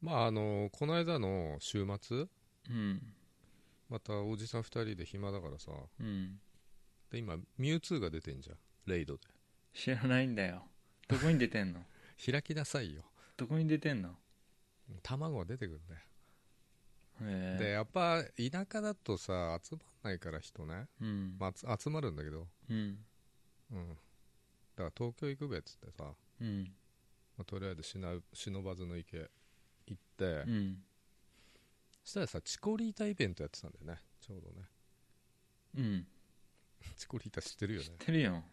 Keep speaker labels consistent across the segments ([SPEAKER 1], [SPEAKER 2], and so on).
[SPEAKER 1] まああのこの間の週末
[SPEAKER 2] うん
[SPEAKER 1] またおじさん2人で暇だからさ
[SPEAKER 2] うん
[SPEAKER 1] で今ミュウツーが出てんじゃんレイドで
[SPEAKER 2] 知らないんだよどこに出 てんの
[SPEAKER 1] 開きなさいよ
[SPEAKER 2] どこに出てんの
[SPEAKER 1] 卵は出てくるんだよ、
[SPEAKER 2] へ
[SPEAKER 1] で
[SPEAKER 2] え
[SPEAKER 1] やっぱ田舎だとさ集まんないから人ね、
[SPEAKER 2] うん、
[SPEAKER 1] まあつ、集まるんだけど
[SPEAKER 2] うん
[SPEAKER 1] うんだから東京行くべっつってさ、ま
[SPEAKER 2] うん
[SPEAKER 1] あとりあえずしな忍ばずの池行って、
[SPEAKER 2] うん
[SPEAKER 1] そしたらさチコリータイベントやってたんだよねちょうどね
[SPEAKER 2] うん
[SPEAKER 1] チコリータ知ってるよね
[SPEAKER 2] 知ってるよ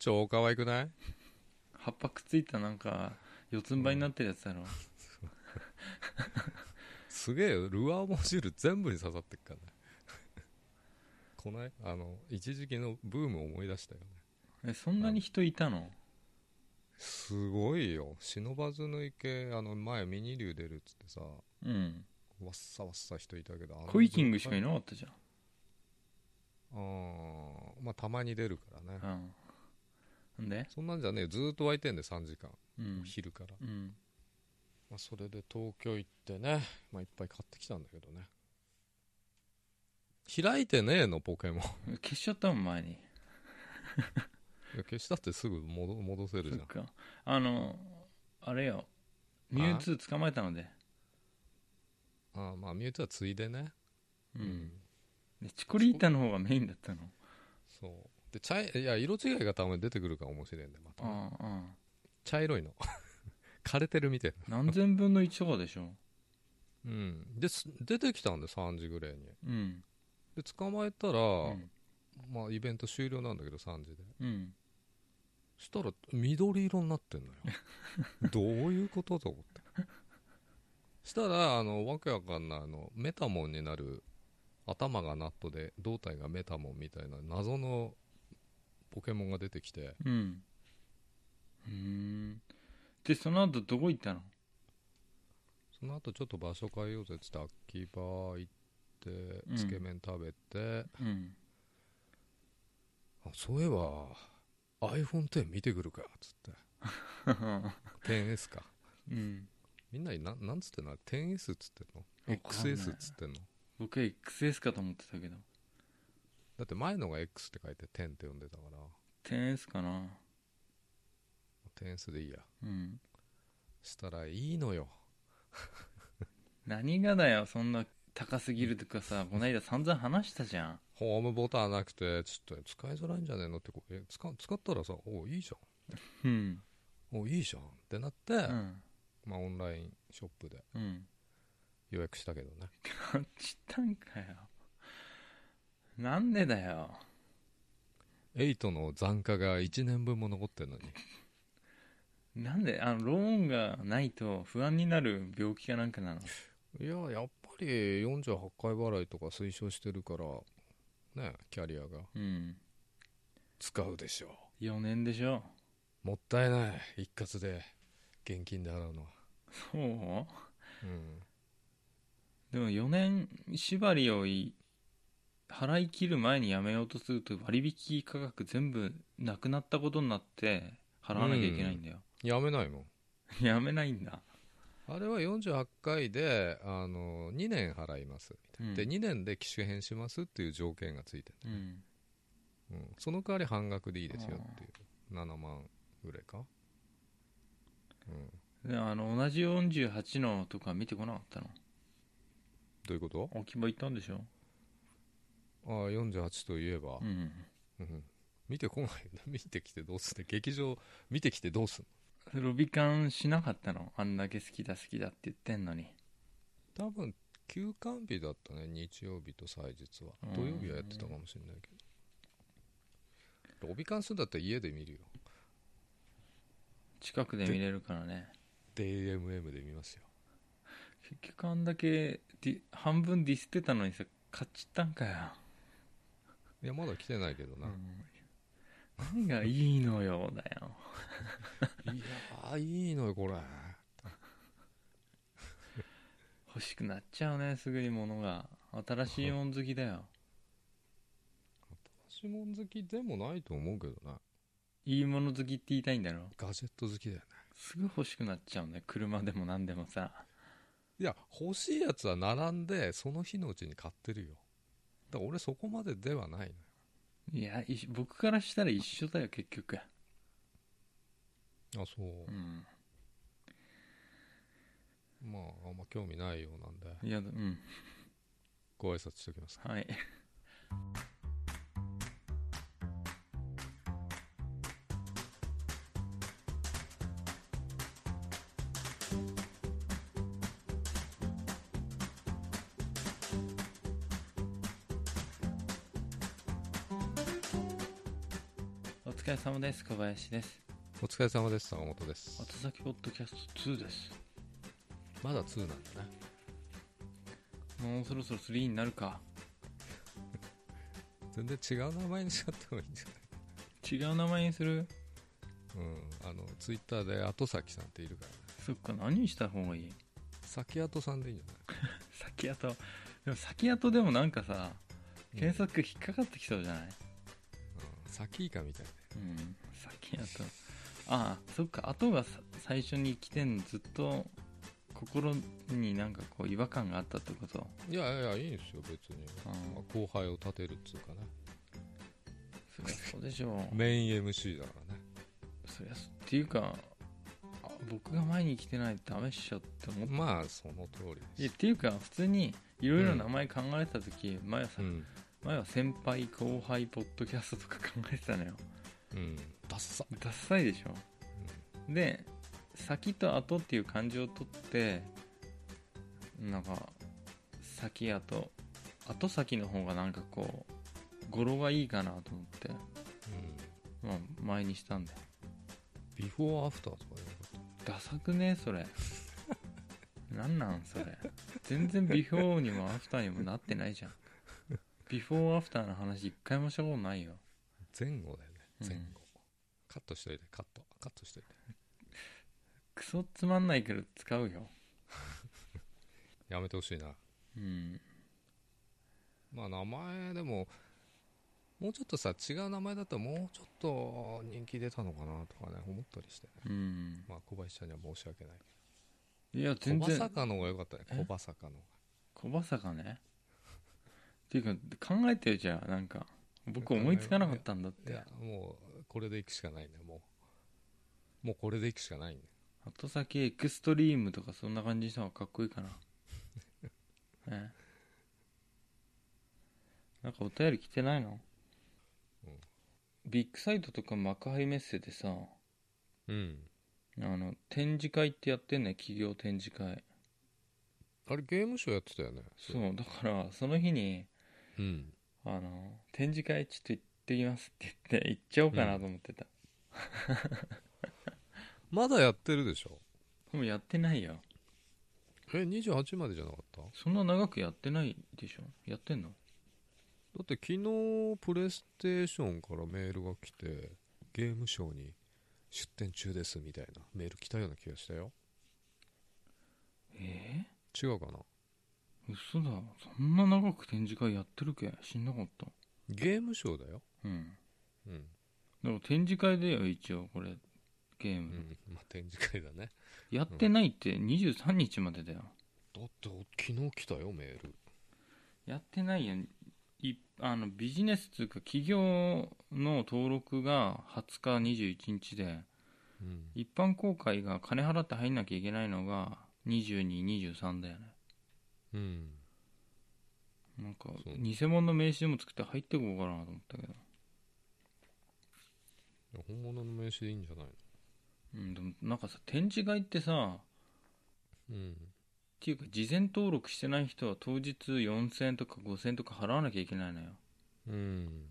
[SPEAKER 1] 超可愛くない
[SPEAKER 2] 葉っぱくっついたなんか四つん這いになってるやつだろ、
[SPEAKER 1] すげえよルアーモジュール全部に刺さってっからね こないあの一時期のブームを思い出したよね
[SPEAKER 2] えそんなに人いたの
[SPEAKER 1] すごいよ忍ばずの池あの前ミニ竜出るっつってさわ
[SPEAKER 2] うん
[SPEAKER 1] っさわっさ人いたけどあの
[SPEAKER 2] コイキングしかいなかったじゃん
[SPEAKER 1] あーまあたまに出るからね
[SPEAKER 2] うんんで
[SPEAKER 1] そんなんじゃねえよずーっと湧いてんで3時間、
[SPEAKER 2] うん
[SPEAKER 1] 昼から、
[SPEAKER 2] うん
[SPEAKER 1] まあ、それで東京行ってね、まあ、いっぱい買ってきたんだけどね開いてねえのポケモン い
[SPEAKER 2] 消しちゃったもん前に
[SPEAKER 1] や消したってすぐ戻戻せる
[SPEAKER 2] そ
[SPEAKER 1] じ
[SPEAKER 2] っ
[SPEAKER 1] ゃん
[SPEAKER 2] かあのあれよミュウツー捕まえたので
[SPEAKER 1] あーまあミュウツーはついでね
[SPEAKER 2] う、
[SPEAKER 1] うん
[SPEAKER 2] でチコリータの方がメインだったの
[SPEAKER 1] そうで茶いいや色違いが多分出てくるから面白いんだよまたね、
[SPEAKER 2] あああ
[SPEAKER 1] 茶色いの 枯れてるみたい
[SPEAKER 2] あ何千分の1とかでしょ
[SPEAKER 1] なうんです出てきたんで3時ぐらいに
[SPEAKER 2] うん
[SPEAKER 1] で捕まえたら、
[SPEAKER 2] うん
[SPEAKER 1] まあイベント終了なんだけど3時で
[SPEAKER 2] うん
[SPEAKER 1] したら緑色になってんのよ どういうことと思ってしたらあのわけわかんないあのメタモンになる頭がナットで胴体がメタモンみたいな謎のポケモンが出てきて
[SPEAKER 2] うんうーんでその後どこ行ったの
[SPEAKER 1] その後ちょっと場所変えようぜっつって秋葉行って
[SPEAKER 2] うん
[SPEAKER 1] つけ麺食べて、
[SPEAKER 2] うん
[SPEAKER 1] あそういえば iPhone10 見てくるかっつ って 10S か
[SPEAKER 2] うん
[SPEAKER 1] みんなにななんつってんの 10S っつってんの
[SPEAKER 2] わかんない
[SPEAKER 1] XS っつってんの
[SPEAKER 2] 僕は XS かと思ってたけど
[SPEAKER 1] だって前のが X って書いて10って呼んでたから
[SPEAKER 2] 10S かな
[SPEAKER 1] 10S でいいや
[SPEAKER 2] うん
[SPEAKER 1] したらいいのよ
[SPEAKER 2] 何がだよそんな高すぎるとかさこの間散々話したじゃん
[SPEAKER 1] ホームボタンなくてちょっと使いづらいんじゃねえのってこうえ使使ったらさおいいじ
[SPEAKER 2] うん
[SPEAKER 1] ゃんおいいじゃんってなって、
[SPEAKER 2] うん
[SPEAKER 1] まあ、オンラインショップで
[SPEAKER 2] うん
[SPEAKER 1] 予約したけどね
[SPEAKER 2] 知ったんかよなんでだよ
[SPEAKER 1] 8の残価が1年分も残ってるのに
[SPEAKER 2] なんであのローンがないと不安になる病気かなんかなの
[SPEAKER 1] いややっぱり48回払いとか推奨してるからねキャリアが
[SPEAKER 2] うん
[SPEAKER 1] 使うでしょ
[SPEAKER 2] 4年でしょ
[SPEAKER 1] うもったいない一括で現金で払うのは
[SPEAKER 2] そう
[SPEAKER 1] うん
[SPEAKER 2] でも4年縛りをい払い切る前にやめようとすると割引価格全部なくなったことになって払わなきゃいけないんだよ、
[SPEAKER 1] やめないもん
[SPEAKER 2] やめないんだ
[SPEAKER 1] あれは48回であの2年払いますみたいな、
[SPEAKER 2] うん
[SPEAKER 1] で2年で機種変しますっていう条件がついて
[SPEAKER 2] う
[SPEAKER 1] る、
[SPEAKER 2] ん
[SPEAKER 1] うん、その代わり半額でいいですよっていう7万ぐらいかうん
[SPEAKER 2] であの同じ48のとか見てこなかったの
[SPEAKER 1] どういうこと
[SPEAKER 2] 置き場行ったんでしょ
[SPEAKER 1] ああ48といえば、
[SPEAKER 2] うん
[SPEAKER 1] うん見てこない よね見てきてどうすんの劇場見てきてどうすん
[SPEAKER 2] ロビカンしなかったのあんだけ好きだ好きだって言ってんのに
[SPEAKER 1] の多分休館日だったね日曜日と祭日は
[SPEAKER 2] うん
[SPEAKER 1] 土曜日はやってたかもしれないけどロビカンするんだったら家で見るよ
[SPEAKER 2] 近くで見れるからね
[SPEAKER 1] DMM で見ますよ
[SPEAKER 2] 結局あんだけディ半分ディスってたのにさ買っちったんかよ、
[SPEAKER 1] いやまだ来てないけどな、
[SPEAKER 2] うん何がいいのよだよ
[SPEAKER 1] いやーいいのよこれ
[SPEAKER 2] 欲しくなっちゃうねすぐに物が新しいもん好きだよ
[SPEAKER 1] 私も好きでもないと思うけどない
[SPEAKER 2] いもの好きって言いたいんだろ
[SPEAKER 1] ガジェット好きだよね
[SPEAKER 2] すぐ欲しくなっちゃうね車でも何でもさ
[SPEAKER 1] いや欲しいやつは並んでその日のうちに買ってるよだから俺そこまでではないのよ
[SPEAKER 2] いやいし僕からしたら一緒だよ結局
[SPEAKER 1] あそう
[SPEAKER 2] う、ん
[SPEAKER 1] まああんま興味ないようなんで
[SPEAKER 2] いやうん
[SPEAKER 1] ご挨拶しておきます
[SPEAKER 2] はいお疲れ様です小林です
[SPEAKER 1] お疲れ様です坂本です
[SPEAKER 2] 後先ポッドキャスト2です
[SPEAKER 1] まだ2なんだね
[SPEAKER 2] もうそろそろ3になるか
[SPEAKER 1] 全然違う名前にしちゃった方がいいんじゃ
[SPEAKER 2] 違う名前にする
[SPEAKER 1] ないうんあのツイッターで後崎さんっているからね
[SPEAKER 2] そっか何にした方がいい
[SPEAKER 1] 先後さんでいいんじゃない
[SPEAKER 2] 先跡でも先跡でもなんかさ
[SPEAKER 1] うん
[SPEAKER 2] 検索引っかかってきそうじゃない
[SPEAKER 1] うん先以下みたいな
[SPEAKER 2] うん先跡ああそっか後がさ最初に来てんのずっと心になんかこう違和感があったってこと
[SPEAKER 1] いやいやいいんですよ別に、
[SPEAKER 2] うん
[SPEAKER 1] まあ後輩を立てるっつうかね
[SPEAKER 2] そりゃそうでしょう
[SPEAKER 1] メイン MC だからね
[SPEAKER 2] そりゃそっていうかあ僕が前に来てないとダメっしょって思っ
[SPEAKER 1] まあその通り
[SPEAKER 2] いや
[SPEAKER 1] で
[SPEAKER 2] っ
[SPEAKER 1] す
[SPEAKER 2] ていうか普通にいろいろ名前考えてた時、前はさ、
[SPEAKER 1] うん
[SPEAKER 2] 前は先輩後輩ポッドキャストとか考えてたのよ
[SPEAKER 1] うんダッサ、
[SPEAKER 2] ダッサいでしょで先と後っていう漢字を取ってなんか先やと後先の方がなんかこう語呂がいいかなと思って、
[SPEAKER 1] うんうん、
[SPEAKER 2] まあ、前にしたんだよ
[SPEAKER 1] ビフォーアフターとかでよかっ
[SPEAKER 2] ダサくねそれなんなんそれ全然ビフォーにもアフターにもなってないじゃんビフォーアフターの話一回もしたことないよ
[SPEAKER 1] た前後だよね
[SPEAKER 2] うん
[SPEAKER 1] 前後、カットしといてカットカットしといて
[SPEAKER 2] クソつまんないけど使うよ
[SPEAKER 1] やめてほしいな
[SPEAKER 2] うん
[SPEAKER 1] まあ名前でももうちょっとさ違う名前だったらもうちょっと人気出たのかなとかね思ったりしてね
[SPEAKER 2] うん
[SPEAKER 1] まあ小林ちゃんには申し訳ない
[SPEAKER 2] いや
[SPEAKER 1] 小
[SPEAKER 2] 全
[SPEAKER 1] バ
[SPEAKER 2] 然
[SPEAKER 1] サカの方が良かったね
[SPEAKER 2] え
[SPEAKER 1] 小バサカの
[SPEAKER 2] 小バサかねっていうか考えてよじゃあなんか僕思いつかなかったんだっ
[SPEAKER 1] い
[SPEAKER 2] て
[SPEAKER 1] やもうこれでいくしかないねもうもうこれでいくしかないね
[SPEAKER 2] 後先エクストリームとかそんな感じにした方がかっこいいか なねなんかお便り来てないの、
[SPEAKER 1] うん
[SPEAKER 2] ビッグサイトとか幕張メッセでさ
[SPEAKER 1] うん
[SPEAKER 2] あの展示会ってやってんね企業展示会
[SPEAKER 1] あれゲームショーやってたよね
[SPEAKER 2] そうだからその日に
[SPEAKER 1] うん
[SPEAKER 2] あの展示会ちょっと行ってきますって言って行っちゃおうかなと思ってた、
[SPEAKER 1] まだやってるでしょ
[SPEAKER 2] でもやってないよ
[SPEAKER 1] え28までじゃなかっただ
[SPEAKER 2] そんな長くやってないでしょやってんの
[SPEAKER 1] って昨日プレイステーションからメールが来てゲームショーに出展中ですみたいなメール来たような気がしたよ
[SPEAKER 2] え
[SPEAKER 1] 違うかな
[SPEAKER 2] え嘘だそんな長く展示会やってるけ知んなかった
[SPEAKER 1] ゲームショーだよ
[SPEAKER 2] うん
[SPEAKER 1] うん、
[SPEAKER 2] でも展示会だよ一応これゲー
[SPEAKER 1] う
[SPEAKER 2] ム、
[SPEAKER 1] ん、まあ展示会だね
[SPEAKER 2] やってないって23日までだよ
[SPEAKER 1] だって昨日来たよメール
[SPEAKER 2] やってないよいあのビジネスっていうか企業の登録が20日21日で
[SPEAKER 1] うん
[SPEAKER 2] 一般公開が金払って入んなきゃいけないのが2223だよね
[SPEAKER 1] うん
[SPEAKER 2] なんか
[SPEAKER 1] そう
[SPEAKER 2] 偽物の名刺でも作って入ってこうかなと思ったけど
[SPEAKER 1] いや本物の名刺でいいんじゃないの
[SPEAKER 2] うんでもなんかさ展示会ってさ
[SPEAKER 1] うん
[SPEAKER 2] っていうか事前登録してない人は当日4000円とか5000円とか払わなきゃいけないのよ
[SPEAKER 1] うん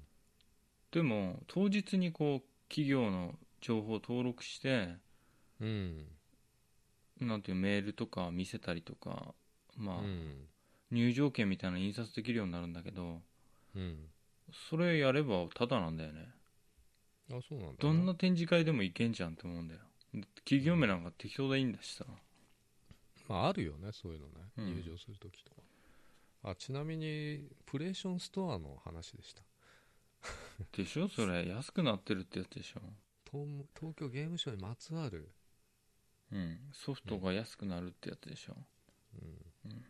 [SPEAKER 2] でも当日にこう企業の情報を登録して
[SPEAKER 1] うん
[SPEAKER 2] なんていうメールとか見せたりとかまあ、
[SPEAKER 1] うん
[SPEAKER 2] 入場券みたいなの印刷できるようになるんだけど
[SPEAKER 1] うん
[SPEAKER 2] それやればタダなんだよね
[SPEAKER 1] あそうなんだ
[SPEAKER 2] どんな展示会でも行けんじゃんって思うんだよ企業名なんか適当でいいんだし さ
[SPEAKER 1] まああるよねそういうのね、
[SPEAKER 2] うん
[SPEAKER 1] 入場するときとかあちなみにプレーションストアの話でした
[SPEAKER 2] でしょそれ安くなってるってやつでしょ
[SPEAKER 1] 東東京ゲームショウにまつわる、
[SPEAKER 2] うんソフトが安くなるってやつでしょ、
[SPEAKER 1] うん
[SPEAKER 2] うん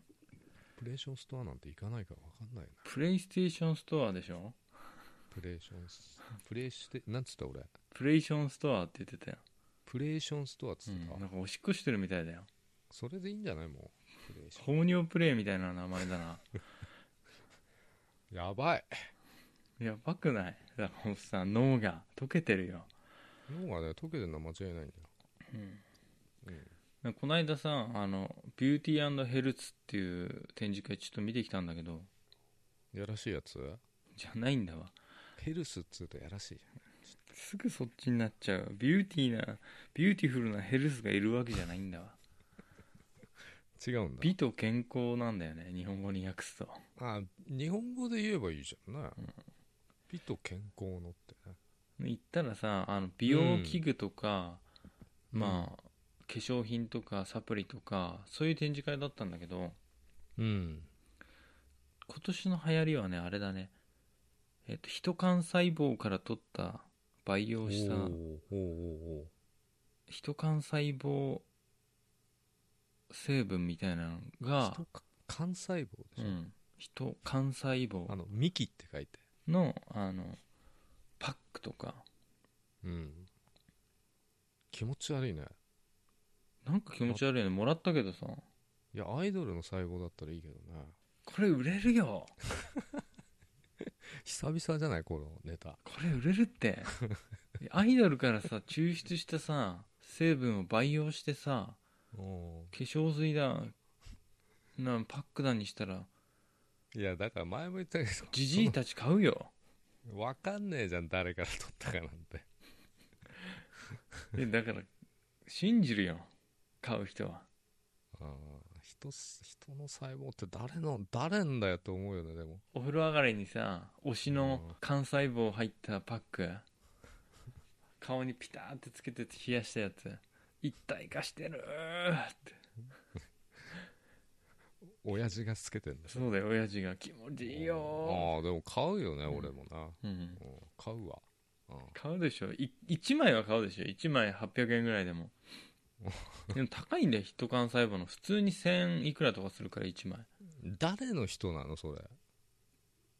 [SPEAKER 1] プレーションストアなんて行かないから分かんないな
[SPEAKER 2] プレイステーションストアでしょ
[SPEAKER 1] プレーションスプレーしてなんつった俺
[SPEAKER 2] プレイションストアって言ってたよ、
[SPEAKER 1] プレーションストアっつ
[SPEAKER 2] う
[SPEAKER 1] って
[SPEAKER 2] ん
[SPEAKER 1] た、
[SPEAKER 2] なんかおしっこしてるみたいだよ
[SPEAKER 1] それでいいんじゃないもうプレーション
[SPEAKER 2] 糖尿プレイみたいな名前だな
[SPEAKER 1] やばい
[SPEAKER 2] やばくないだからもうさ脳が溶けてるよ、
[SPEAKER 1] 脳がね溶けてるのは間違いないんだよ
[SPEAKER 2] うん
[SPEAKER 1] うん
[SPEAKER 2] なんかこの間さあのビューティーヘルツっていう展示会ちょっと見てきたんだけど
[SPEAKER 1] やらしいやつ
[SPEAKER 2] じゃないんだわ
[SPEAKER 1] ヘルスっつうとやらしいじ
[SPEAKER 2] すぐそっちになっちゃうビューティーなビューティフルなヘルスがいるわけじゃないんだわ
[SPEAKER 1] ゃん違うんだ
[SPEAKER 2] 美と健康なんだよね日本語に訳すと
[SPEAKER 1] あ日本語で言えばいいじゃんな、
[SPEAKER 2] うん
[SPEAKER 1] 美と健康のってね
[SPEAKER 2] 言ったらさあの美容器具とか、まあ化粧品とかサプリとかそういう展示会だったんだけど
[SPEAKER 1] うん
[SPEAKER 2] 今年の流行りはねあれだねえっ、とヒト幹細胞から取った培養した
[SPEAKER 1] おーおーおーお
[SPEAKER 2] ヒト幹細胞成分みたいなの
[SPEAKER 1] ー
[SPEAKER 2] が
[SPEAKER 1] 人か幹細胞でし
[SPEAKER 2] う
[SPEAKER 1] ょ、
[SPEAKER 2] んヒト幹細
[SPEAKER 1] あ
[SPEAKER 2] 胞
[SPEAKER 1] の幹って書いて
[SPEAKER 2] のあのパックとか
[SPEAKER 1] うん気持ち悪いね
[SPEAKER 2] なんか気持ち悪いねもらったけどさ
[SPEAKER 1] いやアイドルの細胞だったらいいけどね
[SPEAKER 2] これ売れるよ
[SPEAKER 1] 久々じゃないこのネタ
[SPEAKER 2] これ売れるってアイドルからさ抽出したさ成分を培養してさ
[SPEAKER 1] お
[SPEAKER 2] 化粧水だなパックだにしたら
[SPEAKER 1] いやだから前も言ったけど
[SPEAKER 2] ジジイたち買うよ
[SPEAKER 1] 分かんねえじゃん誰から取ったかなんて
[SPEAKER 2] えだから信じるよ買う人は
[SPEAKER 1] あー人す人の細胞って誰の誰んだよって思うよねでも
[SPEAKER 2] お風呂上がりにさ推しの幹細胞入ったパック顔にピターってつけて冷やしたやつ一体化してるーって
[SPEAKER 1] 親父がつけてんだ
[SPEAKER 2] そうだよ親父が気持ちいいよ
[SPEAKER 1] ああでも買うよね、
[SPEAKER 2] ん
[SPEAKER 1] 俺もな、
[SPEAKER 2] ーうん
[SPEAKER 1] うん、買うわ、うん
[SPEAKER 2] 買うでしょい1枚は買うでしょ1枚800円ぐらい でもでも高いんだよヒット幹細胞の普通に1000いくらとかするから1枚
[SPEAKER 1] 誰の人なのそれ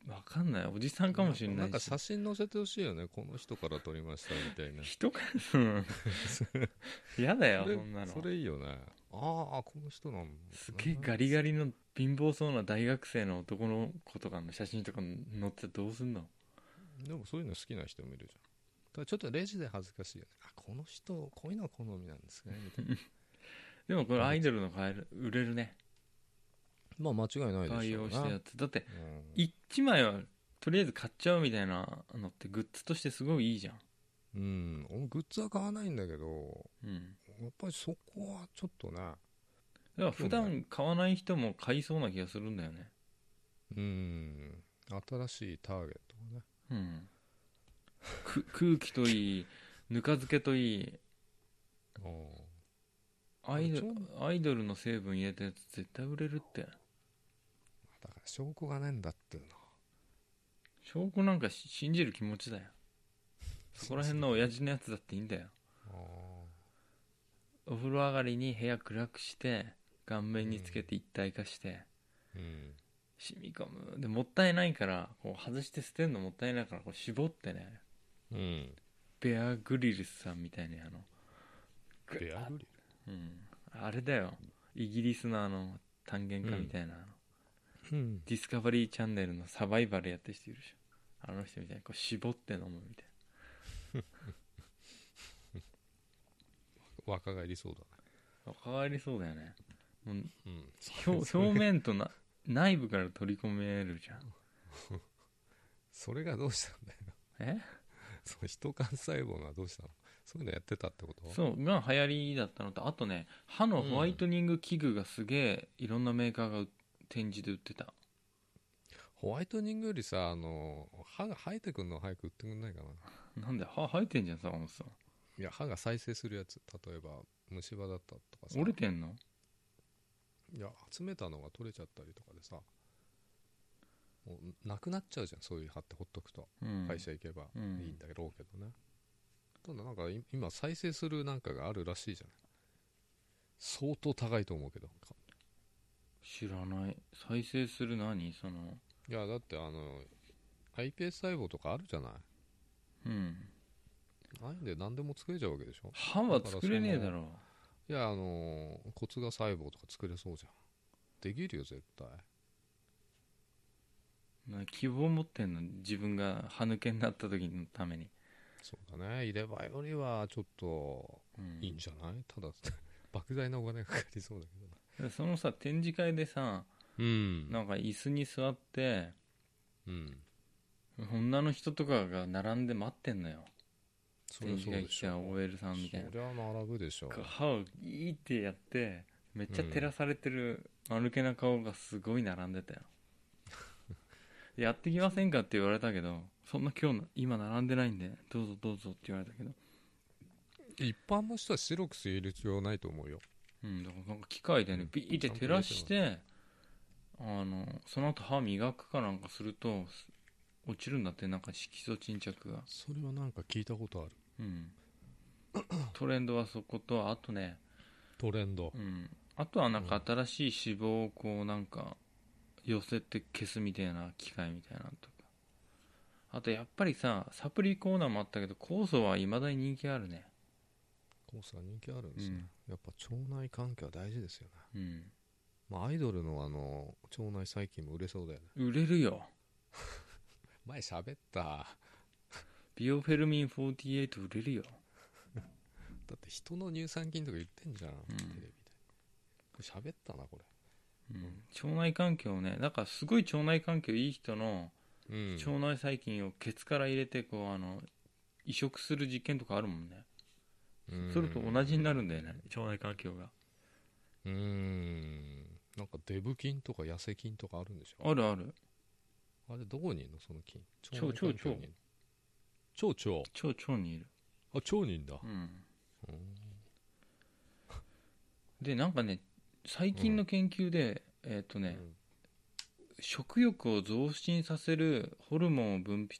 [SPEAKER 2] わかんないおじさんかもしれな
[SPEAKER 1] なん
[SPEAKER 2] い
[SPEAKER 1] か
[SPEAKER 2] し
[SPEAKER 1] 写真載せてほしいよねこの人から撮りましたみたいな
[SPEAKER 2] 人かうん やだよ
[SPEAKER 1] それ
[SPEAKER 2] そんなの
[SPEAKER 1] それいいよねあーあこの人なん
[SPEAKER 2] すげえガリガリの貧乏そうな大学生の男の子とかの写真とか載ってどうすんの
[SPEAKER 1] でもそういうの好きな人もいるじゃんただちょっとレジで恥ずかしいよねあこの人こういうのは好みなんですねみたいな
[SPEAKER 2] でもこれアイドルの買える売れるね
[SPEAKER 1] まあ間違いないでしょうな
[SPEAKER 2] 培養したやつだって
[SPEAKER 1] うん
[SPEAKER 2] 1枚はとりあえず買っちゃうみたいなのってグッズとしてすごいいいじゃん
[SPEAKER 1] うん、俺グッズは買わないんだけど
[SPEAKER 2] うん
[SPEAKER 1] やっぱりそこはちょっとね
[SPEAKER 2] だから普段買わない人も買いそうな気がするんだよね
[SPEAKER 1] うん新しいターゲットがね
[SPEAKER 2] うんく空気とい いぬか漬けといい
[SPEAKER 1] うん
[SPEAKER 2] アイドル
[SPEAKER 1] あれ
[SPEAKER 2] アイドルの成分入れたやつ絶対売れるって
[SPEAKER 1] だから証拠がねえんだっていうの
[SPEAKER 2] 証拠なんかし信じる気持ちだよそこら辺の親父のやつだっていいんだよお風呂上がりに部屋暗くして顔面につけて一体化して
[SPEAKER 1] うん
[SPEAKER 2] 染み込むでもったいないからこう外して捨てるのもったいないからこう絞ってね
[SPEAKER 1] うん
[SPEAKER 2] ベアグリルスさんみたいにあのぐ
[SPEAKER 1] ベアグリ
[SPEAKER 2] うん、あれだよイギリスのあの探検家みたいな、あの
[SPEAKER 1] ルうん
[SPEAKER 2] ディスカバリーチャンネルのサバイバルやってる人いるでしょあの人みたいにこう絞って飲むみたい
[SPEAKER 1] 若返りそうだ
[SPEAKER 2] な変わりそうだよねもう
[SPEAKER 1] ねうん
[SPEAKER 2] 表表面とな内部から取り込めるじゃん
[SPEAKER 1] それがどうしたんだよ
[SPEAKER 2] え
[SPEAKER 1] その人幹細胞がどうしたのそういうのやってたってこと
[SPEAKER 2] そうが流行りだったのとあとね歯のホワイトニング器具がすげえいろんなメーカーがう展示で売ってた
[SPEAKER 1] ホワイトニングよりさあの歯が生えてくんの早く売ってくんないかな
[SPEAKER 2] なんで歯生えてんじゃん坂本さん
[SPEAKER 1] いや歯が再生するやつ例えば虫歯だったとかさ
[SPEAKER 2] 折れてんの
[SPEAKER 1] いや集めたのが取れちゃったりとかでさもうなくなっちゃうじゃんそういう歯ってほっとくと
[SPEAKER 2] うん
[SPEAKER 1] 会社行けばいい
[SPEAKER 2] うん
[SPEAKER 1] んだろうけどね、ただなんかい今再生するなんかがあるらしいじゃない相当高いと思うけどか
[SPEAKER 2] 知らない再生する何その
[SPEAKER 1] いやだってあの iPS 細胞とかあるじゃない
[SPEAKER 2] うん
[SPEAKER 1] ああいうんで何でも作れちゃうわけでしょ
[SPEAKER 2] 歯は作れねえだろ
[SPEAKER 1] いやあのー骨が細胞とか作れそうじゃんできるよ絶対
[SPEAKER 2] な希望持ってんの自分が歯抜けになった時のために、
[SPEAKER 1] そうだね入れ歯よりはちょっと
[SPEAKER 2] うん
[SPEAKER 1] いいんじゃない、ただ 莫大なお金がかかりそうだけどな
[SPEAKER 2] でそのさ展示会でさ
[SPEAKER 1] うん
[SPEAKER 2] なんか椅子に座って
[SPEAKER 1] うん
[SPEAKER 2] 女の人とかが並んで待ってんのよ
[SPEAKER 1] そりゃ
[SPEAKER 2] 展
[SPEAKER 1] そ
[SPEAKER 2] 示
[SPEAKER 1] う
[SPEAKER 2] 会
[SPEAKER 1] で
[SPEAKER 2] 来
[SPEAKER 1] しょ
[SPEAKER 2] た OL さんみたいな
[SPEAKER 1] そりゃ並ぶでしょ
[SPEAKER 2] 歯をギーってやってめっちゃ照らされてる丸けな顔がすごい並んでたよ やってきませんかって言われたけどそんな今日の今並んでないんでどうぞどうぞって言われたけど
[SPEAKER 1] 一般の人は白くする必要ないと思うよ
[SPEAKER 2] うんだからなんか機械でねビーって照らしてあのその後歯磨くかなんかするとす落ちるんだってなんか色素沈着が
[SPEAKER 1] それはなんか聞いたことある
[SPEAKER 2] うんトレンドはそことあとね
[SPEAKER 1] トレンド
[SPEAKER 2] うん、あとはなんか新しい脂肪をこうなんか寄せて消すみたいな機械みたいなのとかあとやっぱりさサプリコーナーもあったけど酵素はいまだに人気あるね
[SPEAKER 1] コースは人気あるんですね、やっぱ腸内環境は大事ですよね、
[SPEAKER 2] うん、
[SPEAKER 1] まあ、アイドルのあの腸内細菌も売れそうだよね
[SPEAKER 2] 売れるよ
[SPEAKER 1] 前喋っただ
[SPEAKER 2] ビオフェルミン48売れるよ
[SPEAKER 1] って人の乳酸菌とか言ってんじゃん、
[SPEAKER 2] ん
[SPEAKER 1] テレビでこれ喋ったなこ
[SPEAKER 2] うん、腸内環境ねだからすごい腸内環境いい人の
[SPEAKER 1] れうん
[SPEAKER 2] 腸内細菌をケツから入れてこうあの移植する実験とかあるもんね
[SPEAKER 1] うん
[SPEAKER 2] それと同じになるんだよね腸内環境が
[SPEAKER 1] うーんなんかデブ菌とか痩せ菌とかあるんでしょ
[SPEAKER 2] あるある
[SPEAKER 1] あれどこにいるのその菌
[SPEAKER 2] 腸
[SPEAKER 1] 内環境にいるの腸腸
[SPEAKER 2] 腸腸にいる
[SPEAKER 1] あ腸にいんだ
[SPEAKER 2] うん
[SPEAKER 1] うん
[SPEAKER 2] でなんかね最近の研究で、えーっ、とね、食欲を増進させるホルモンを分泌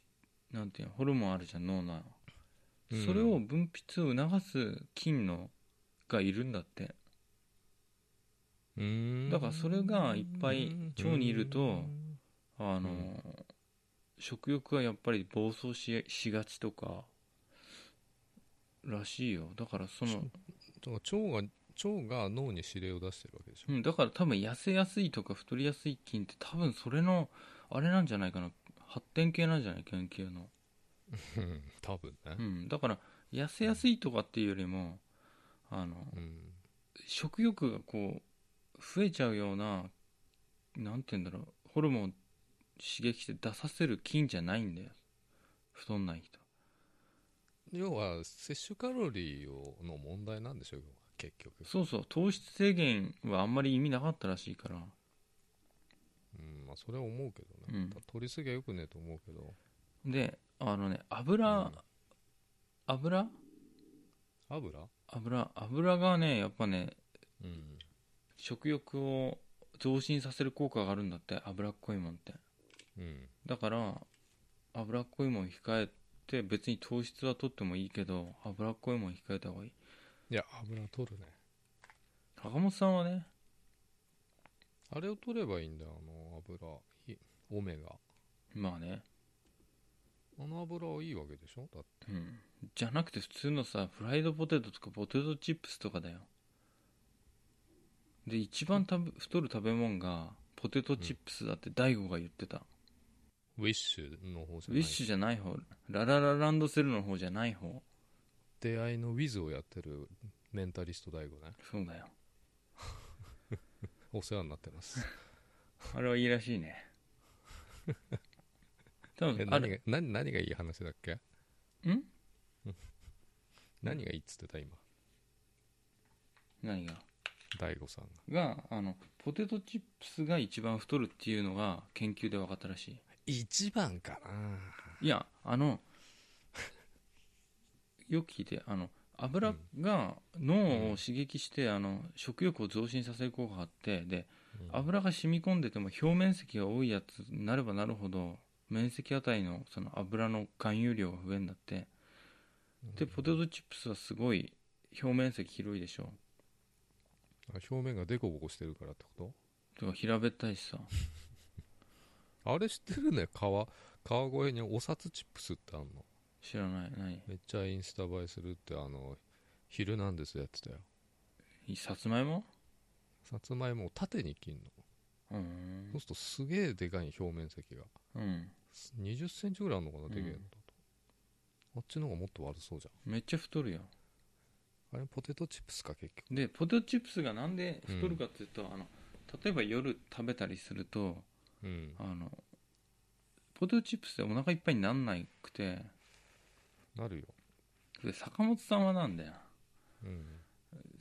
[SPEAKER 2] なんていうのホルモンあるじゃん脳の、
[SPEAKER 1] うん
[SPEAKER 2] それを分泌を促す菌のがいるんだって
[SPEAKER 1] うーん
[SPEAKER 2] だからそれがいっぱい腸にいると
[SPEAKER 1] うん
[SPEAKER 2] あのー、
[SPEAKER 1] うん
[SPEAKER 2] 食欲がやっぱり暴走ししがちとからしいよだからその、
[SPEAKER 1] だから腸が腸が脳に指令を出してるわけでしょ
[SPEAKER 2] うん、だから多分痩せやすいとか太りやすい菌って多分それのあれなんじゃないかな発展系なんじゃない研究の
[SPEAKER 1] うん多分ね
[SPEAKER 2] うん、だから痩せやすいとかっていうよりもあの
[SPEAKER 1] うん
[SPEAKER 2] 食欲がこう増えちゃうようななんて言うんだろうホルモンを刺激して出させる菌じゃないんだよ太んない人
[SPEAKER 1] 要は摂取カロリーをの問題なんでしょう結局
[SPEAKER 2] そうそう糖質制限はあんまり意味なかったらしいから
[SPEAKER 1] うんまあそれは思うけどね、
[SPEAKER 2] うん
[SPEAKER 1] ただ取りすぎはよくねえと思うけど
[SPEAKER 2] であのね油、
[SPEAKER 1] うん
[SPEAKER 2] 油
[SPEAKER 1] 油
[SPEAKER 2] 油油がねやっぱね
[SPEAKER 1] うん
[SPEAKER 2] 食欲を増進させる効果があるんだって脂っこいもんって
[SPEAKER 1] うん
[SPEAKER 2] だから脂っこいもん控えて別に糖質は取ってもいいけど脂っこいもん控えた方がいい
[SPEAKER 1] いや油取るね
[SPEAKER 2] 坂本さんはね
[SPEAKER 1] あれを取ればいいんだよあの油いオメガ
[SPEAKER 2] まあね、
[SPEAKER 1] あの油はいいわけでしょだって
[SPEAKER 2] うん、じゃなくて普通のさフライドポテトとかポテトチップスとかだよで一番食べ太る食べ物がポテトチップスだって大悟が言ってた、
[SPEAKER 1] ウィッシュの方じゃな
[SPEAKER 2] ウィ
[SPEAKER 1] い
[SPEAKER 2] ッシュじゃない方ラララランドセルの方じゃない方
[SPEAKER 1] 出会いのウィズをやってるメンタリスト大悟ね
[SPEAKER 2] そうだよ
[SPEAKER 1] お世話になってます
[SPEAKER 2] あれはいいらしい ね多
[SPEAKER 1] え
[SPEAKER 2] 分あ
[SPEAKER 1] 何
[SPEAKER 2] れ
[SPEAKER 1] が何何がいい話だっけ
[SPEAKER 2] ん
[SPEAKER 1] 何がいいっつってた今
[SPEAKER 2] 何が
[SPEAKER 1] 大悟さんが
[SPEAKER 2] があのポテトチップスが一番太るっていうのが研究で分かったらし
[SPEAKER 1] 一番かない
[SPEAKER 2] いやあの よく聞いてあの油が脳を刺激して、あの食欲を増進させる効果があってで
[SPEAKER 1] うん
[SPEAKER 2] 油が染み込んでても表面積が多いやつになればなるほど面積あたりのその油の含有量が増えるんだってでポテトチップスはすごい表面積広いでしょ
[SPEAKER 1] あ表面がデコボコしてるからってこと
[SPEAKER 2] とそう平べったいしさ
[SPEAKER 1] あれ知ってるね川川越にお札チップスってあんの
[SPEAKER 2] 知らない何
[SPEAKER 1] めっちゃインスタ映えするってあの「ヒルナンデス」やってたよ
[SPEAKER 2] さつまいも
[SPEAKER 1] さつまいもを縦に切んの
[SPEAKER 2] う
[SPEAKER 1] そうんするとすげえでかい表面積が
[SPEAKER 2] うん
[SPEAKER 1] 2 0センチぐらいあるのかなでけえのだと、あっちの方がもっと悪そうじ
[SPEAKER 2] めっちゃ太るよ
[SPEAKER 1] ゃんあれポテトチップスか結局
[SPEAKER 2] でポテトチップスがなんで太るかっていうと、あの例えば夜食べたりすると
[SPEAKER 1] うん
[SPEAKER 2] あのポテトチップスでお腹いっぱいになんなくて
[SPEAKER 1] なるよ
[SPEAKER 2] で坂本さんはなんだよ
[SPEAKER 1] うん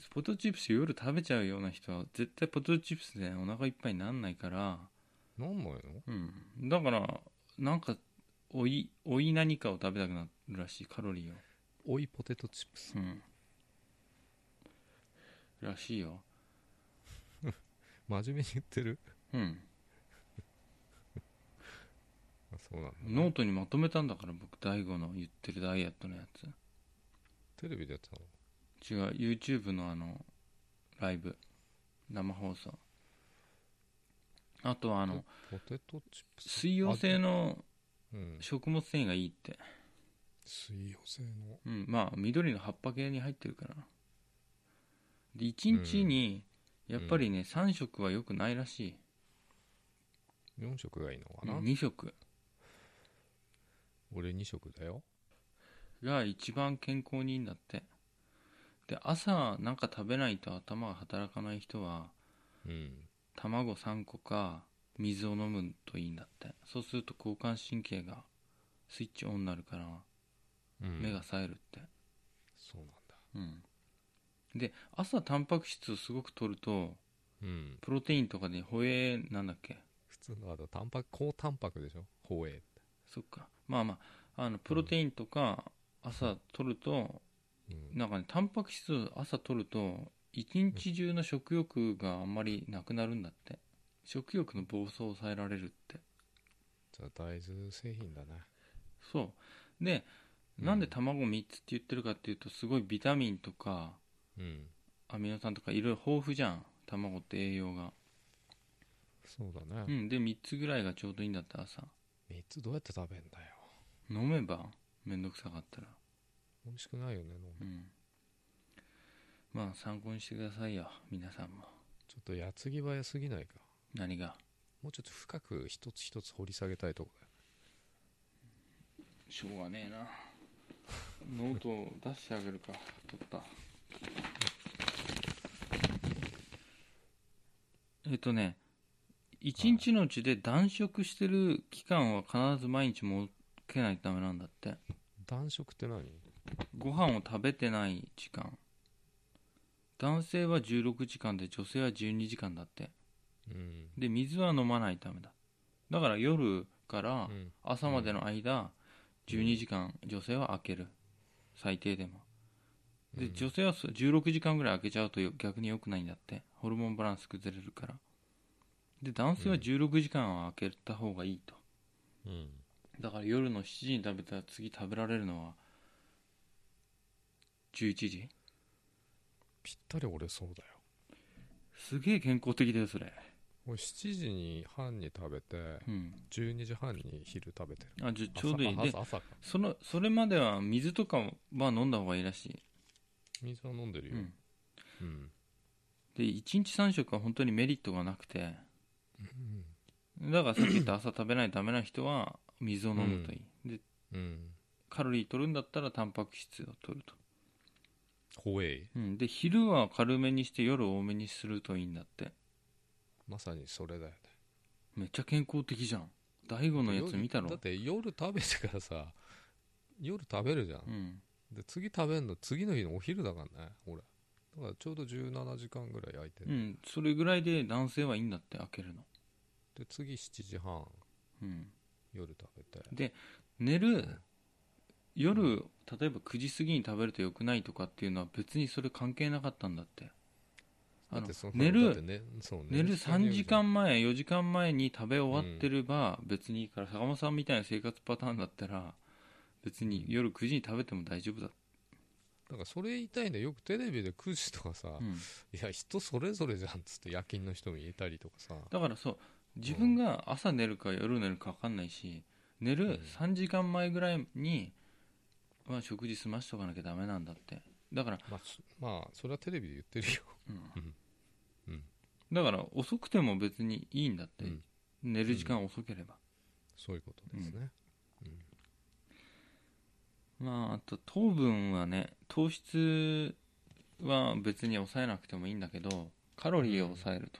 [SPEAKER 2] ポテトチップス夜食べちゃうような人は絶対ポテトチップスでお腹いっぱいになんないから、
[SPEAKER 1] なんないの
[SPEAKER 2] うん、だからなんかおいおい何かを食べたくなるらしいカロリーを
[SPEAKER 1] おいポテトチップス
[SPEAKER 2] うんらしいよ
[SPEAKER 1] 真面目に言ってる
[SPEAKER 2] うん
[SPEAKER 1] あそうなんだ
[SPEAKER 2] ノートにまとめたんだから僕大悟の言ってるダイエットのやつ
[SPEAKER 1] テレビでやってたの
[SPEAKER 2] 違う YouTube のあのライブ生放送あとはあの
[SPEAKER 1] ポテトチップス
[SPEAKER 2] 水溶性の
[SPEAKER 1] うん
[SPEAKER 2] 食物繊維がいいって
[SPEAKER 1] 水溶性の
[SPEAKER 2] うんまあ緑の葉っぱ系に入ってるからで1日にやっぱりね、3食は良くないらしい
[SPEAKER 1] 4色がいいのかな、
[SPEAKER 2] 2食
[SPEAKER 1] 俺2色だよ
[SPEAKER 2] が一番健康にいいんだってで朝なんか食べないと頭が働かない人は
[SPEAKER 1] うん
[SPEAKER 2] 卵3個か水を飲むといいんだってそうすると交感神経がスイッチオンになるから
[SPEAKER 1] うん
[SPEAKER 2] 目が冴えるって
[SPEAKER 1] そうなんだ
[SPEAKER 2] うん、で朝タンパク質をすごく摂ると
[SPEAKER 1] うん
[SPEAKER 2] プロテインとかでホエーなんだっけ
[SPEAKER 1] 普通のあとタンパク高タンパクでしょ放映って
[SPEAKER 2] そっかまあまああのプロテインとか朝取ると、
[SPEAKER 1] うん
[SPEAKER 2] なんかねタンパク質を朝取ると一日中の食欲があんまりなくなるんだって食欲の暴走を抑えられるって
[SPEAKER 1] じゃあ大豆製品だな
[SPEAKER 2] そうで
[SPEAKER 1] うん
[SPEAKER 2] なんで卵3つって言ってるかっていうとすごいビタミンとか
[SPEAKER 1] うん
[SPEAKER 2] アミノ酸とかいろいろ豊富じゃん卵って栄養が
[SPEAKER 1] そうだ
[SPEAKER 2] う
[SPEAKER 1] ね、
[SPEAKER 2] んで3つぐらいがちょうどいいんだって朝
[SPEAKER 1] 三3つどうやって食べんだよ
[SPEAKER 2] 飲めばめんどくさかったら
[SPEAKER 1] 美味しくないよね飲む
[SPEAKER 2] うんまあ参考にしてくださいよ皆さんも
[SPEAKER 1] ちょっと矢継ぎ早すぎないか
[SPEAKER 2] 何が
[SPEAKER 1] もうちょっと深く一つ一つ掘り下げたいとこだよ
[SPEAKER 2] しょうがねえなノートを出してあげるか取ったえっとね一日のうちで断食してる期間は必ず毎日設けないとダメなんだって
[SPEAKER 1] 断食って何
[SPEAKER 2] ご飯を食べてない時間男性は16時間で女性は12時間だって
[SPEAKER 1] うん
[SPEAKER 2] で水は飲まないためだだから夜から
[SPEAKER 1] うん
[SPEAKER 2] 朝までの間、12時間女性は空ける最低でもで、
[SPEAKER 1] うん
[SPEAKER 2] 女性はそ16時間ぐらい空けちゃうとよ逆に良くないんだってホルモンバランス崩れるからで男性は
[SPEAKER 1] うん
[SPEAKER 2] 16時間は空けた方がいいと
[SPEAKER 1] うん
[SPEAKER 2] だから夜の7時に食べたら次食べられるのは11時
[SPEAKER 1] ぴったり俺そうだよ
[SPEAKER 2] すげえ健康的だよそれ
[SPEAKER 1] 俺7時に半に食べて
[SPEAKER 2] うん
[SPEAKER 1] 12時半に昼食べてる
[SPEAKER 2] あじゃちょうどいい
[SPEAKER 1] 朝
[SPEAKER 2] で
[SPEAKER 1] 朝朝か
[SPEAKER 2] そのそれまでは水とかは飲んだ方がいいらしい、
[SPEAKER 1] 水は飲んでる
[SPEAKER 2] う
[SPEAKER 1] よ
[SPEAKER 2] ん、
[SPEAKER 1] うん、
[SPEAKER 2] で1日3食は本当にメリットがなくて
[SPEAKER 1] うん
[SPEAKER 2] だからさっき言った朝食べないとダメな 人は水を飲むといい、で
[SPEAKER 1] うん、
[SPEAKER 2] カロリー取るんだったらタンパク質を取ると、
[SPEAKER 1] ホエイ
[SPEAKER 2] うん、で昼は軽めにして夜多めにするといいんだって
[SPEAKER 1] まさにそれだよね
[SPEAKER 2] めっちゃ健康的じゃん大悟のやつ見たろ
[SPEAKER 1] だって夜食べてからさ夜食べるじゃん、
[SPEAKER 2] うん
[SPEAKER 1] で次食べるの次の日のお昼だからね俺だからちょうど17時間ぐらい空いて
[SPEAKER 2] う
[SPEAKER 1] る、
[SPEAKER 2] ん、それぐらいで男性はいいんだって開けるの、
[SPEAKER 1] で次7時半
[SPEAKER 2] うん、
[SPEAKER 1] 夜食べて
[SPEAKER 2] で寝る夜例えば9時過ぎに食べると良くないとかっていうのは別にそれ関係なかったんだってあ
[SPEAKER 1] だっ
[SPEAKER 2] の
[SPEAKER 1] てその
[SPEAKER 2] 寝る
[SPEAKER 1] だってねそう
[SPEAKER 2] 寝る
[SPEAKER 1] 必要に
[SPEAKER 2] 3
[SPEAKER 1] よ
[SPEAKER 2] 時
[SPEAKER 1] じゃん
[SPEAKER 2] 間前4時間前に食べ終わってれば別にいいから坂本さんみたいな生活パターンだったら別に夜9時に食べても大丈夫
[SPEAKER 1] だ
[SPEAKER 2] だ
[SPEAKER 1] からそれ言いたいんだよよくテレビで9時とかさ、
[SPEAKER 2] うん
[SPEAKER 1] いや人それぞれじゃんっつって夜勤の人も言えたりとかさ
[SPEAKER 2] だからそう自分が朝寝るか夜寝るか分かんないし寝
[SPEAKER 1] うん
[SPEAKER 2] る3時間前ぐらいに、まあ、食事済ましとかなきゃダメなんだってだから、
[SPEAKER 1] まあ、そまあそれはテレビで言ってるよ
[SPEAKER 2] うん
[SPEAKER 1] うん
[SPEAKER 2] だから遅くても別にいいんだって、
[SPEAKER 1] うん
[SPEAKER 2] 寝る時間遅ければ、
[SPEAKER 1] そういうことですね、
[SPEAKER 2] まああと糖分はね糖質は別に抑えなくてもいいんだけどカロリーを抑えると、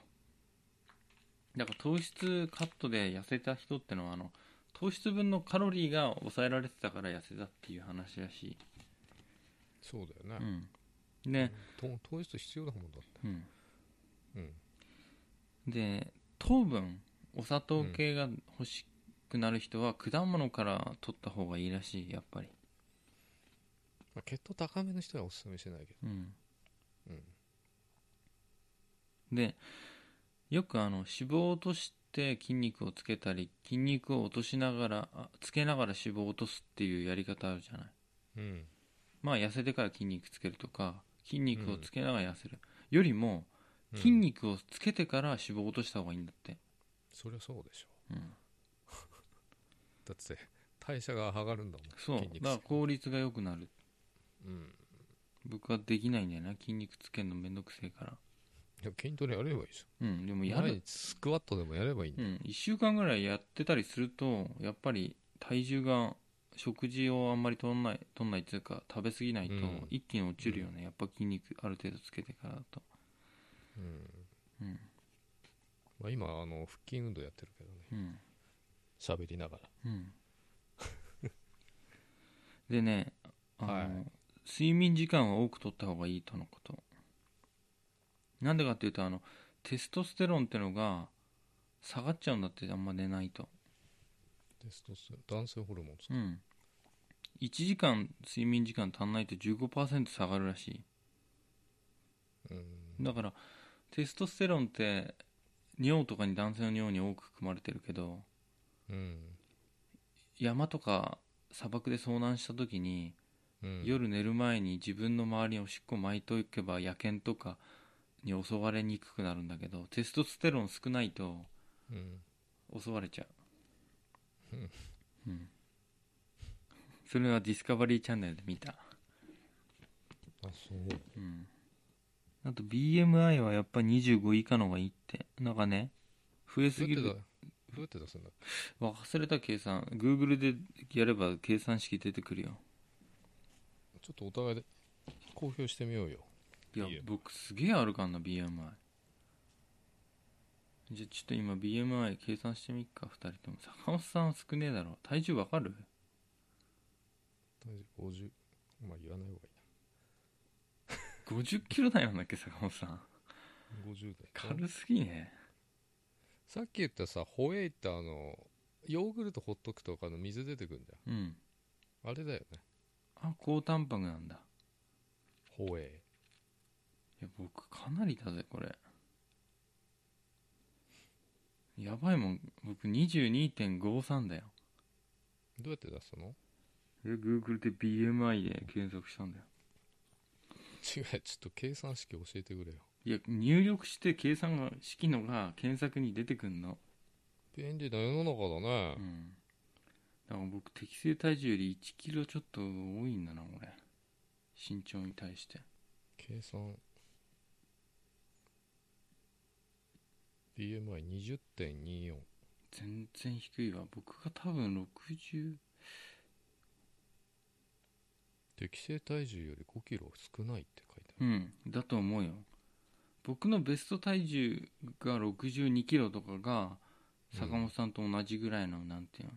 [SPEAKER 2] だから糖質カットで痩せた人ってのはあの糖質分のカロリーが抑えられてたから痩せたっていう話らしい、
[SPEAKER 1] そうだよ
[SPEAKER 2] う
[SPEAKER 1] ね、
[SPEAKER 2] ん、で、
[SPEAKER 1] と糖質必要だもんだって
[SPEAKER 2] うん、
[SPEAKER 1] うん
[SPEAKER 2] で糖分お砂糖系が欲しくなる人は果物から取った方がいいらしいやっぱり
[SPEAKER 1] まあ、血糖高めの人はおすすめしないけ
[SPEAKER 2] うん
[SPEAKER 1] ど、うん、
[SPEAKER 2] でよくあの脂肪を落として筋肉をつけたり筋肉を落としながらあつけながら脂肪を落とすっていうやり方あるじゃない
[SPEAKER 1] うん、
[SPEAKER 2] まあ痩せてから筋肉つけるとか筋肉をつけながら痩せる、よりも
[SPEAKER 1] うん
[SPEAKER 2] 筋肉をつけてから脂肪を落とした方がいいんだって、
[SPEAKER 1] そりゃそうでしょ
[SPEAKER 2] うん、
[SPEAKER 1] だって代謝が上がるんだもん
[SPEAKER 2] そう
[SPEAKER 1] 筋肉
[SPEAKER 2] だから効率が良くなる
[SPEAKER 1] うん
[SPEAKER 2] 僕はできないんだよな筋肉つけるのめんどくせえから
[SPEAKER 1] いや筋トレやればいいじ
[SPEAKER 2] うんでも
[SPEAKER 1] ゃん
[SPEAKER 2] や
[SPEAKER 1] 毎
[SPEAKER 2] る
[SPEAKER 1] 日スクワットでもやればいいん
[SPEAKER 2] う
[SPEAKER 1] だよ、
[SPEAKER 2] ん1週間ぐらいやってたりするとやっぱり体重が食事をあんまり取んない取んないっていうか食べ過ぎないと
[SPEAKER 1] うん
[SPEAKER 2] 一気に落ちるよね、やっぱ筋肉ある程度つけてからだと
[SPEAKER 1] うん
[SPEAKER 2] うん
[SPEAKER 1] まあ、今あの腹筋運動やってるけどね
[SPEAKER 2] うん
[SPEAKER 1] 喋りながら
[SPEAKER 2] うん でねあの、
[SPEAKER 1] はい
[SPEAKER 2] 睡眠時間は多く取った方がいいとのことなんでかっていうとあのテストステロンってのが下がっちゃうんだってあんま寝ないと
[SPEAKER 1] テストステロン男性ホルモンです
[SPEAKER 2] う
[SPEAKER 1] か、
[SPEAKER 2] ん1時間睡眠時間足んないと15%下がるらしい
[SPEAKER 1] うん
[SPEAKER 2] だからテストステロンって尿とかに男性の尿に多く含まれてるけど
[SPEAKER 1] うん
[SPEAKER 2] 山とか砂漠で遭難した時に、
[SPEAKER 1] うん、
[SPEAKER 2] 夜寝る前に自分の周りにおしっこ巻いとけば野犬とかに襲われにくくなるんだけどテストステロン少ないと
[SPEAKER 1] うん、
[SPEAKER 2] 襲われちゃう
[SPEAKER 1] うん
[SPEAKER 2] うんそれはディスカバリーチャンネルで見た
[SPEAKER 1] あそう
[SPEAKER 2] うんあと BMI はやっぱ25以下の方がいいってなんかね増えすぎ
[SPEAKER 1] どうや
[SPEAKER 2] る
[SPEAKER 1] ってだどうやって出すんだっけ
[SPEAKER 2] 忘れた計算 Google でやれば計算式出てくるよ
[SPEAKER 1] ちょっとお互いで公表してみようよ
[SPEAKER 2] いや
[SPEAKER 1] BMI
[SPEAKER 2] 僕すげえあるかんな BMI じゃあちょっと今 BMI 計算してみっか2人とも坂本さんは少ねえだろ体重わかる
[SPEAKER 1] 大丈夫50まあ言わない方がい
[SPEAKER 2] 5 0キロ台なんだっけ坂本さん
[SPEAKER 1] いな50代
[SPEAKER 2] 軽すぎね
[SPEAKER 1] さっき言ったさホエイってあのヨーグルトほっとくとかの水出てくんじ
[SPEAKER 2] うん
[SPEAKER 1] ゃんあれだよね
[SPEAKER 2] あ高タンパクなんだ
[SPEAKER 1] ホエ
[SPEAKER 2] いや僕かなりだぜこれやばいもん僕22.53だよ
[SPEAKER 1] イどうやって出すの
[SPEAKER 2] え Google で BMI で検索したんだよ
[SPEAKER 1] 違うちょっと計算式教えてくれよ
[SPEAKER 2] いや入力して計算が式のが検索に出てくんの
[SPEAKER 1] 便利な世の中だね
[SPEAKER 2] う、んだから僕適正体重より1キロちょっと多いんだな俺身長に対して
[SPEAKER 1] 計算 BMI20.24
[SPEAKER 2] 全然低いわ僕が多分60
[SPEAKER 1] 適正体重より5キロ少ないって書いてある
[SPEAKER 2] うんだと思うよ僕のベスト体重が6 2キロとかが坂本さんと同じぐらいの、なんていうの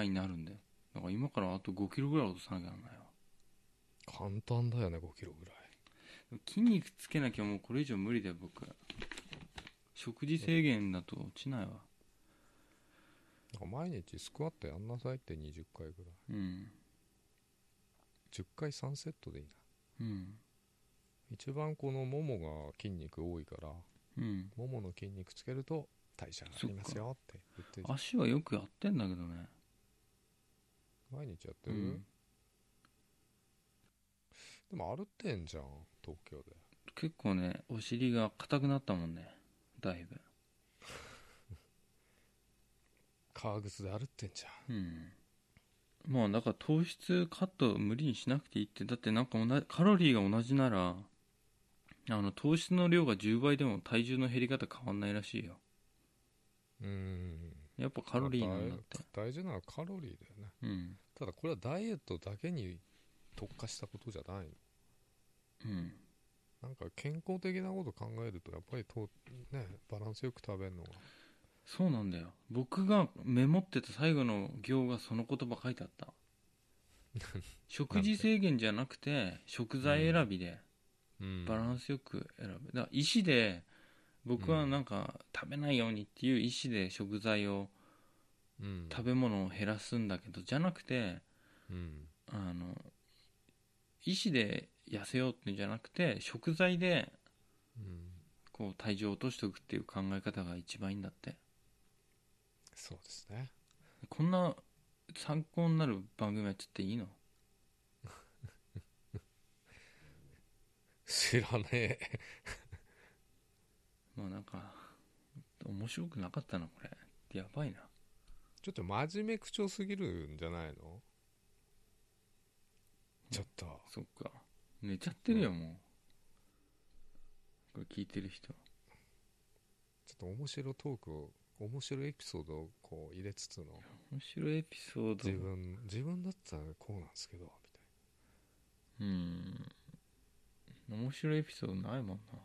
[SPEAKER 2] BMI になるんだよだから今からあと5キロぐらい落とさなきゃならないわ
[SPEAKER 1] 簡単だよね5キロぐらい
[SPEAKER 2] でも筋肉つけなきゃもうこれ以上無理だよ僕食事制限だと落ちないわ
[SPEAKER 1] なんか毎日スクワットやんなさいって20回ぐらい
[SPEAKER 2] うん
[SPEAKER 1] 10回3セットでいいな
[SPEAKER 2] うん
[SPEAKER 1] 一番このももが筋肉多いから
[SPEAKER 2] うん
[SPEAKER 1] ももの筋肉つけると代謝が上がりますよって言ってるじゃん
[SPEAKER 2] 足はよくやってんだけどね
[SPEAKER 1] 毎日やって
[SPEAKER 2] う
[SPEAKER 1] る、
[SPEAKER 2] ん
[SPEAKER 1] でも歩ってんじゃん東京で
[SPEAKER 2] 結構ねお尻が硬くなったもんねだいぶ
[SPEAKER 1] 革靴で歩ってんじゃん
[SPEAKER 2] うんまあだから糖質カット無理にしなくていいってだってなんか同じカロリーが同じならあの糖質の量が10倍でも体重の減り方変わんないらしいよ
[SPEAKER 1] うーん
[SPEAKER 2] やっぱカロリーなんだって
[SPEAKER 1] 大事なのはカロリーだよね
[SPEAKER 2] うん
[SPEAKER 1] ただこれはダイエットだけに特化したことじゃない
[SPEAKER 2] うん
[SPEAKER 1] なんか健康的なこと考えるとやっぱりと、ね、バランスよく食べるのが
[SPEAKER 2] そうなんだよ僕がメモってた最後の行がその言葉書いてあった 食事制限じゃなくて食材選びで
[SPEAKER 1] うん
[SPEAKER 2] バランスよく選ぶ、だから石で僕はなんか食べないようにっていう意思で食材を
[SPEAKER 1] うん
[SPEAKER 2] 食べ物を減らすんだけどじゃなくて
[SPEAKER 1] うん
[SPEAKER 2] あの意思で痩せようっていうんじゃなくて食材で
[SPEAKER 1] うん
[SPEAKER 2] こう体重を落としておくっていう考え方が一番いいんだって
[SPEAKER 1] そうですね
[SPEAKER 2] こんな参考になる番組やっちゃっていいの
[SPEAKER 1] 知らねえ
[SPEAKER 2] まあなんか面白くなかったなこれやばいな
[SPEAKER 1] ちょっと真面目口調すぎるんじゃないのちょっと
[SPEAKER 2] そっか寝ちゃってるよもうこれ聞いてる
[SPEAKER 1] ち
[SPEAKER 2] 人
[SPEAKER 1] ょっと面白トークを面白いエピソードをこう入れつつの
[SPEAKER 2] 面白いエピソード
[SPEAKER 1] 自分自分だったらこうなんですけどみたい
[SPEAKER 2] うん面白いエピソードないもんな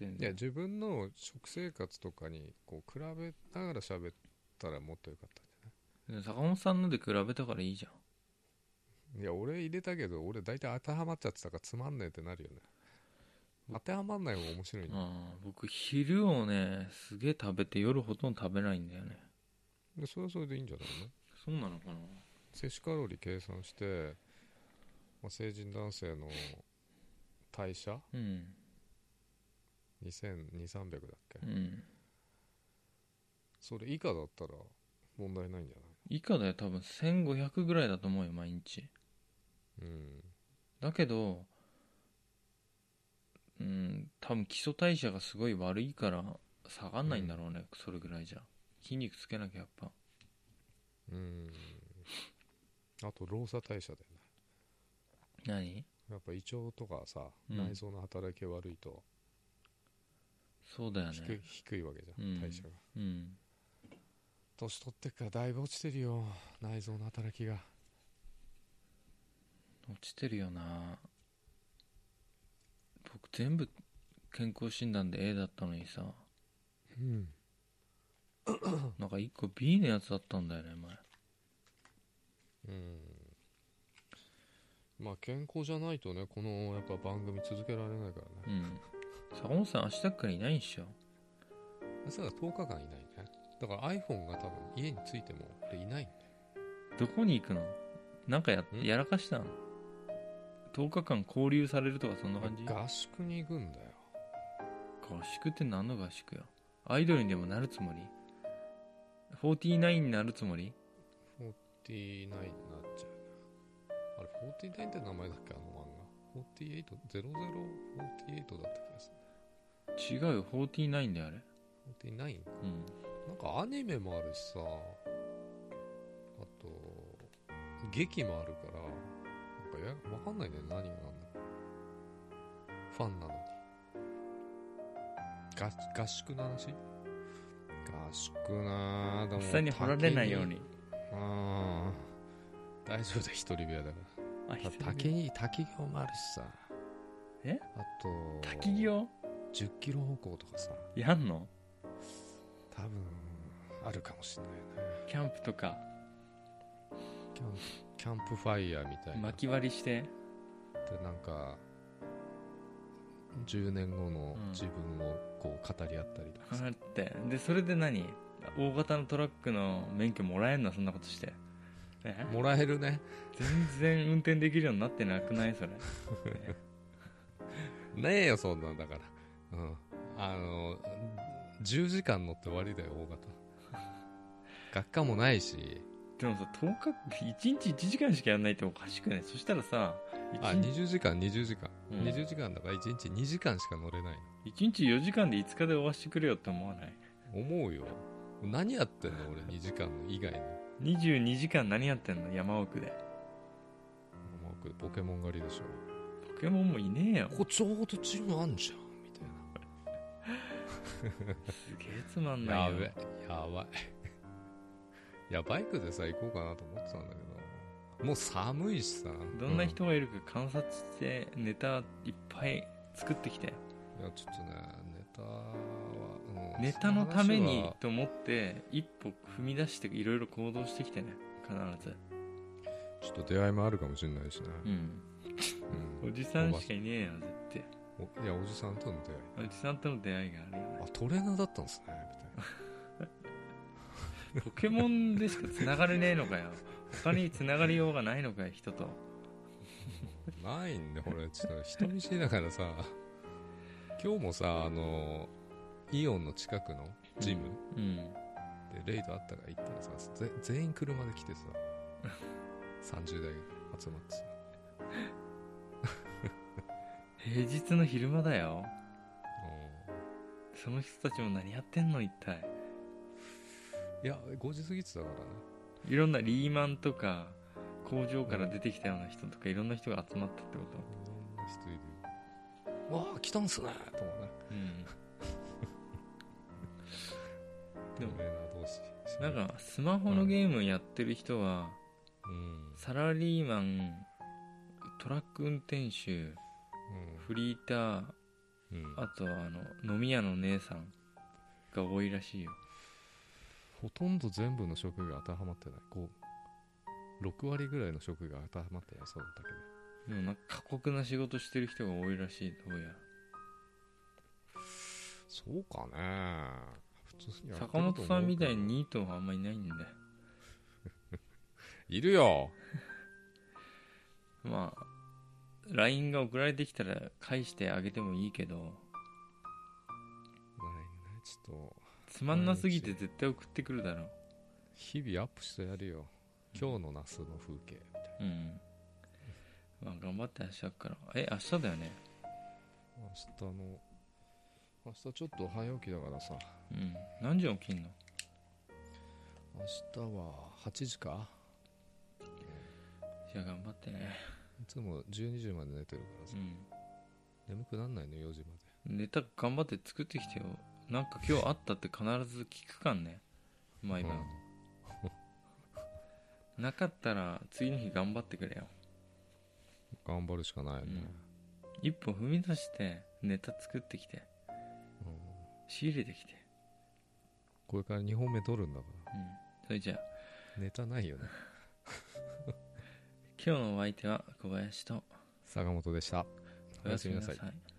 [SPEAKER 2] 全
[SPEAKER 1] ないや
[SPEAKER 2] 然
[SPEAKER 1] 自分の食生活とかにこう比べながら喋ったらもっとよかったんじゃ
[SPEAKER 2] でも坂本さんので比べたからいいじゃん
[SPEAKER 1] ないいや俺入れたけど俺大体当てはまっちゃってたからつまんねえってなるよね当てはまんない方が面白いんだよ
[SPEAKER 2] ああ僕昼をねすげえ食べて夜ほとんど食べないんだよね
[SPEAKER 1] でそれはそれでいいんじゃないの
[SPEAKER 2] そうなのかな
[SPEAKER 1] 摂取カロリー計算して、まあ、成人男性の代謝
[SPEAKER 2] うん
[SPEAKER 1] 2200300だっけ、
[SPEAKER 2] うん
[SPEAKER 1] それ以下だったら問題ないんじゃ
[SPEAKER 2] 以下だよ多分1500ぐらいだと思うよ毎日
[SPEAKER 1] ないうん
[SPEAKER 2] だけどうん多分基礎代謝がすごい悪いから下がんないんだろうね、それぐらいじゃ筋肉つけなきゃやっぱ
[SPEAKER 1] うんあと老作代謝だよね
[SPEAKER 2] 何
[SPEAKER 1] やっぱ胃腸とかさ、
[SPEAKER 2] うん
[SPEAKER 1] 内臓の働きが悪いと
[SPEAKER 2] そうだよ
[SPEAKER 1] 低い
[SPEAKER 2] ね
[SPEAKER 1] 低いわけじゃん、
[SPEAKER 2] うん
[SPEAKER 1] 代謝が
[SPEAKER 2] うん
[SPEAKER 1] 年取ってっからだいぶ落ちてるよ内臓の働きが
[SPEAKER 2] 落ちてるよな僕全部健康診断で A だったのにさ
[SPEAKER 1] うん
[SPEAKER 2] なんか1個 B のやつだったんだよね
[SPEAKER 1] う
[SPEAKER 2] 前
[SPEAKER 1] んまあ健康じゃないとねこのやっぱ番組続けられないからね
[SPEAKER 2] うん坂本さん明日からいないんっしょ
[SPEAKER 1] そしたら10日間いないねだから iPhone が多分家についても俺いないんだよ
[SPEAKER 2] どこに行くのなんかや
[SPEAKER 1] ん
[SPEAKER 2] やらかしたの10日間交流されるとかそんな感じ合
[SPEAKER 1] 合宿に行くんだよ
[SPEAKER 2] 宿って何の合宿よアイドルにでもなるつもり49になるつもり
[SPEAKER 1] 49になっちゃうなあれ49って名前だっけあの漫画480048だった気がす
[SPEAKER 2] 違うよ49だよあれ
[SPEAKER 1] る49
[SPEAKER 2] うん
[SPEAKER 1] なんかアニメもあるしさあと劇もあるからなんかやわかんないね何がなんだろうファンなのに合合宿の話合宿なあで
[SPEAKER 2] お
[SPEAKER 1] も
[SPEAKER 2] っさんに掘られないよう
[SPEAKER 1] 竹
[SPEAKER 2] に
[SPEAKER 1] ああ大丈夫だ一人部屋だか
[SPEAKER 2] あ
[SPEAKER 1] ら
[SPEAKER 2] 一人
[SPEAKER 1] 滝
[SPEAKER 2] で
[SPEAKER 1] に滝行もあるしさ
[SPEAKER 2] え
[SPEAKER 1] あと
[SPEAKER 2] 滝行
[SPEAKER 1] 1 0キロ歩行とかさ
[SPEAKER 2] やんの
[SPEAKER 1] 多分あるかもしれないね
[SPEAKER 2] キャンプとか
[SPEAKER 1] キャンプキャンプファイヤーみたいな
[SPEAKER 2] 薪割りして
[SPEAKER 1] でなんか10年後の自分をこう語り合ったりとかさ、
[SPEAKER 2] 払ってでそれで何大型のトラックの免許もらえんなそんなことしてえ
[SPEAKER 1] もらえるね
[SPEAKER 2] 全然運転できるようになってなくないそれ
[SPEAKER 1] ねえよそんなんだからうんあの10時間乗って終わりだよ大型学科もないし
[SPEAKER 2] でもさ10日1日1時間しかやんないっておかしくないそしたらさ
[SPEAKER 1] あ
[SPEAKER 2] 1, 日
[SPEAKER 1] 20時間20時間、
[SPEAKER 2] うん
[SPEAKER 1] 20時間だから1日2時間しか乗れない
[SPEAKER 2] 1日4時間で5日で終わしてくれよって思わない
[SPEAKER 1] 思うよ何やってんの俺2時間以外の
[SPEAKER 2] 22時間何やってんの山奥で
[SPEAKER 1] まあこれポケモン狩りでしょ
[SPEAKER 2] ポケモンもいねえよ
[SPEAKER 1] ここちょうどチームあんじゃんみたいな
[SPEAKER 2] すげえつまんな
[SPEAKER 1] や
[SPEAKER 2] いよ
[SPEAKER 1] べやばい いやバイクでさ行こうかなと思ってたんだけどもう寒いしさ
[SPEAKER 2] どんな、人がいるか観察してネタいっぱい作ってきて
[SPEAKER 1] うんいやちょっとねネタは、うん
[SPEAKER 2] ネタのため
[SPEAKER 1] そ
[SPEAKER 2] に
[SPEAKER 1] 話は
[SPEAKER 2] と思って一歩踏み出していろいろ行動してきてね必ず
[SPEAKER 1] ちょっと出会いもあるかもしれないしね、
[SPEAKER 2] うん
[SPEAKER 1] う
[SPEAKER 2] おじさんしかいねえよ絶
[SPEAKER 1] んおいやおじさんとの出会い
[SPEAKER 2] 対おじさんとの出会いがあるよね
[SPEAKER 1] あトレーナーだったんですねみ
[SPEAKER 2] ポケモンでしか繋がれねえのか よ他に繋がりようがないのかよ人と
[SPEAKER 1] たいなないんで俺ちょっと人見知りだからさ今日もさあのイオンの近くのジム
[SPEAKER 2] うん
[SPEAKER 1] でレイドあったから行ったらさぜ全員車で来 てさ30代が集まってさ
[SPEAKER 2] 平日の昼間だよ
[SPEAKER 1] う
[SPEAKER 2] その人たちも何やってんの一体
[SPEAKER 1] んいや5時過ぎてたからね
[SPEAKER 2] いろんなリーマンとか工場から出てきたような人とかいろんな人が集まったってこ
[SPEAKER 1] いろんな人いるよわあ来たんすねともね
[SPEAKER 2] とうんでも
[SPEAKER 1] トレーナー同士
[SPEAKER 2] なんかスマホのゲームやってる人は
[SPEAKER 1] うん、
[SPEAKER 2] サラリーマントラック運転手フリーター
[SPEAKER 1] うんうん、
[SPEAKER 2] あとはあの飲み屋の姉さんが多いらしいよ
[SPEAKER 1] ほとんど全部の職業が当てはまってないこう6割ぐらいの職業が当てはまってないそうだったけど
[SPEAKER 2] でもなんか過酷な仕事してる人が多いらしいどうや
[SPEAKER 1] そうかね普通にや
[SPEAKER 2] ら
[SPEAKER 1] ってる
[SPEAKER 2] 坂
[SPEAKER 1] と思うけ
[SPEAKER 2] 本
[SPEAKER 1] ど
[SPEAKER 2] さんみたいにニートはあんまりいないんで
[SPEAKER 1] いるよ
[SPEAKER 2] まあ LINE が送られてきたら返してあげてもいいけど
[SPEAKER 1] ないねちょっと
[SPEAKER 2] つまんなすぎて絶対送ってくるだろう
[SPEAKER 1] 日々アップしてやるよ今日の那須の風景みたいな
[SPEAKER 2] うんまあ頑張って明日からえ明日だよね
[SPEAKER 1] 明日の明日ちょっと早起きだからさ
[SPEAKER 2] うん何時に起きんの
[SPEAKER 1] 明日は8時か
[SPEAKER 2] じゃあ頑張ってね
[SPEAKER 1] いつも12時まで寝てるからさ、
[SPEAKER 2] う
[SPEAKER 1] 眠くなんないの4時まで
[SPEAKER 2] んネタ頑張って作ってきてよなんか今日あったって必ず聞くかんね毎晩、なかったら次の日頑張ってくれよ
[SPEAKER 1] 頑張るしかないよね、
[SPEAKER 2] 一歩踏み出してネタ作ってきて
[SPEAKER 1] うん
[SPEAKER 2] 仕入れてきて
[SPEAKER 1] これから2本目撮るんだか
[SPEAKER 2] うんそれじゃあ
[SPEAKER 1] らネタないよね
[SPEAKER 2] 今日のお相手は小林と
[SPEAKER 1] 坂本でした
[SPEAKER 2] おやすみなさ
[SPEAKER 1] おやすみなさい
[SPEAKER 2] い